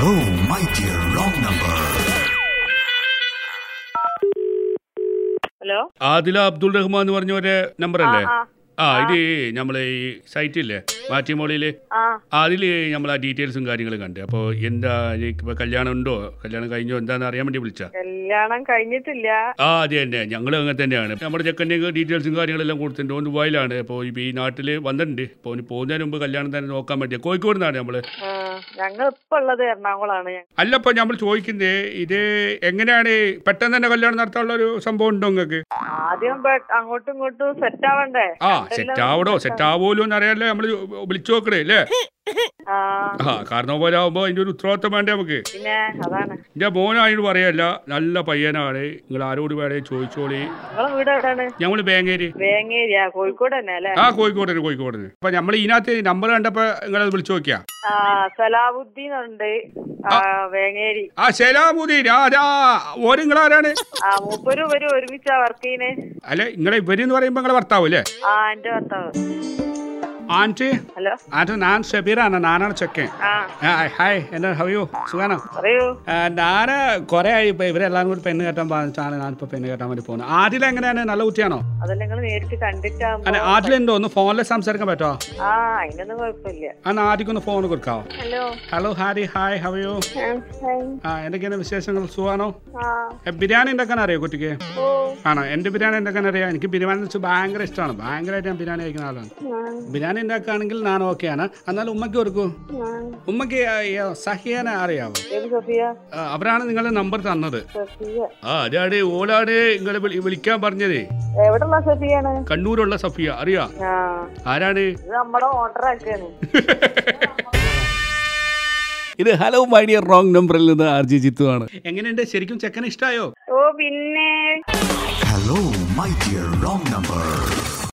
Right here, wrong number. Hello Adila Abdul Rahman എന്ന് പറഞ്ഞവരെ number അല്ലേ ആ, ആ ഇത് നമ്മളെ ഈ സൈറ്റില്ലേ മാറ്റിമോളിയില് ആ അതിൽ നമ്മൾ ആ ഡീറ്റെയിൽസും കാര്യങ്ങളും കണ്ട് അപ്പോൾ എന്താ ഇപ്പൊ കല്യാണം ഉണ്ടോ കല്യാണം കഴിഞ്ഞോ എന്താണെന്ന് അറിയാൻ വേണ്ടി വിളിച്ചാ കല്യാണം കഴിഞ്ഞിട്ടില്ല ആ അതെ തന്നെ ഞങ്ങൾ അങ്ങനെ തന്നെയാണ് നമ്മുടെ ചെക്കൻ്റെ ഡീറ്റെയിൽസും കാര്യങ്ങളെല്ലാം കൊടുത്തിട്ടുണ്ട് ഓൻ ദുബായിലാണ് അപ്പോൾ ഇപ്പോൾ ഈ നാട്ടിൽ വന്നിട്ടുണ്ട് അപ്പോൾ ഓന് പോകുന്നതിന് മുമ്പ് കല്യാണം തന്നെ നോക്കാൻ പറ്റിയ കോഴിക്കോട് നിന്നാണ് നമ്മൾ ആ, ഞങ്ങൾ ഇപ്പൊ ഉള്ളത് എറണാകുളമാണ് ഞ- അല്ല ഇപ്പം നമ്മൾ ചോദിക്കുന്നത് ഇത് എങ്ങനെയാണ് പെട്ടെന്ന് തന്നെ കല്യാണം നടത്താനുള്ള ഒരു സംഭവം ഉണ്ടോ നിങ്ങൾക്ക് ആദ്യം ബ- അങ്ങോട്ടും ഇങ്ങോട്ടും സെറ്റ് ആവണ്ടേ ആ സെറ്റ് ആവടോ സെറ്റ് ആവുമല്ലോ എന്നറിയാലോ നമ്മൾ വിളിച്ചു നോക്കണേ അല്ലേ ആ ആ കാരണം പോലെ ആവുമ്പോൾ അതിൻ്റെ ഒരു ഉത്തരവാദിത്തം വേണ്ടേ നമുക്ക് പിന്നെ അതാണ് എൻ്റെ മോനായിട്ട് പറയല്ല നല്ല പയ്യനാണ് നിങ്ങൾ ആരോട് വേണേ ചോദിച്ചോളി നിങ്ങളെ വീട് എവിടെയാണ് ഞങ്ങൾ ബാങ്കേരി വേങ്ങേരിയാ കോഴിക്കോട് തന്നെ അല്ലേ ആ കോഴിക്കോടിന് കോഴിക്കോടിന് അപ്പം നമ്മൾ ഇതിനകത്ത് നമ്പർ കണ്ടപ്പോൾ നിങ്ങളത് വിളിച്ചു നോക്കിയാ ആ സലാബുദ്ദീൻ ഉണ്ട് ആ വേങ്ങേരി ആ ശലാമുദീൻ ആ അതാ ഓര് നിങ്ങളാരാണ് ആ മൂപ്പരും ഇവരും ഒരുമിച്ചാ വർക്ക് ചെയ്യണേ അല്ല നിങ്ങളെ ഇവരെന്ന് പറയുമ്പോൾ നിങ്ങളെ ഭർത്താവ് അല്ലേ ആ എന്റെ ഭർത്താവ് ആൻറ്റി ഹലോ ആൻറ്റി ഞാൻ ഷബീറാണ് നാനാണ് ചെക്കൻ ആ ആ, ഹായ് എന്നാ ഹവയോ സുഖാണോ പറയൂ ഞാൻ കുറേ ആയി ഇപ്പം ഇവരെല്ലാവരും കൂടി പെണ്ണ് കെട്ടാൻ പറഞ്ഞിട്ടാണ് ഞാനിപ്പോൾ പെണ്ണ് കെട്ടാൻ വേണ്ടി പോകുന്നത് ആദിൽ എങ്ങനെയാണ് നല്ല കുട്ടിയാണോ അതല്ല നിങ്ങൾ നേരിട്ട് അല്ല കണ്ടിട്ടാകുമ്പോ ആദിലുണ്ടോ ഒന്ന് ഫോണിൽ സംസാരിക്കാൻ പറ്റുമോ ആ അതിനൊന്നും കുഴപ്പമില്ല അന്ന് ആദ്യക്കൊന്ന് ഫോൺ കൊടുക്കാവോ hello hello Harry hi how are you ആ എന്തൊക്കെയാണ് വിശേഷങ്ങൾ സുഖാണോ എ, ബിരിയാണി ഉണ്ടാക്കാൻ അറിയോ കുട്ടിക്ക് ആണോ എൻ്റെ ബിരിയാണി ഉണ്ടാക്കാൻ അറിയാം എനിക്ക് ബിരിയാണി എന്ന് വെച്ചാൽ ഭയങ്കര ഇഷ്ടമാണ് ഭയങ്കരമായിട്ട് ഞാൻ ബിരിയാണി കഴിക്കുന്ന ആളാണ് ബിരിയാണി ഉണ്ടാക്കുകയാണെങ്കിൽ ഞാൻ ഓക്കെയാണ് എന്നാലും ഉമ്മയ്ക്ക് കൊടുക്കൂ ഉമ്മയ്ക്ക് സഹിയാനെ അറിയാവോ ഏത് സഫിയ ആ, അവരാണ് നിങ്ങളുടെ നമ്പർ തന്നത് സഫിയ ആ അതാണ് ഓലാണ് നിങ്ങളെ വിളിക്കാൻ പറഞ്ഞതേ എവിടെയുള്ള സഫിയാണ് കണ്ണൂരുള്ള സഫിയ അറിയാ ആ ആരാണ് ഇത് നമ്മടെ ഓർഡർ ആക്കാണ് ഇത് ഹലോ മൈ ഡിയർ റോങ് നമ്പറിൽ നിന്ന് ആർ ജി ജിത്തു ആണ് എങ്ങനെയുണ്ട് ശരിക്കും ചെക്കന് ഇഷ്ടായോ ഓ പിന്നെ Hello, my dear wrong number.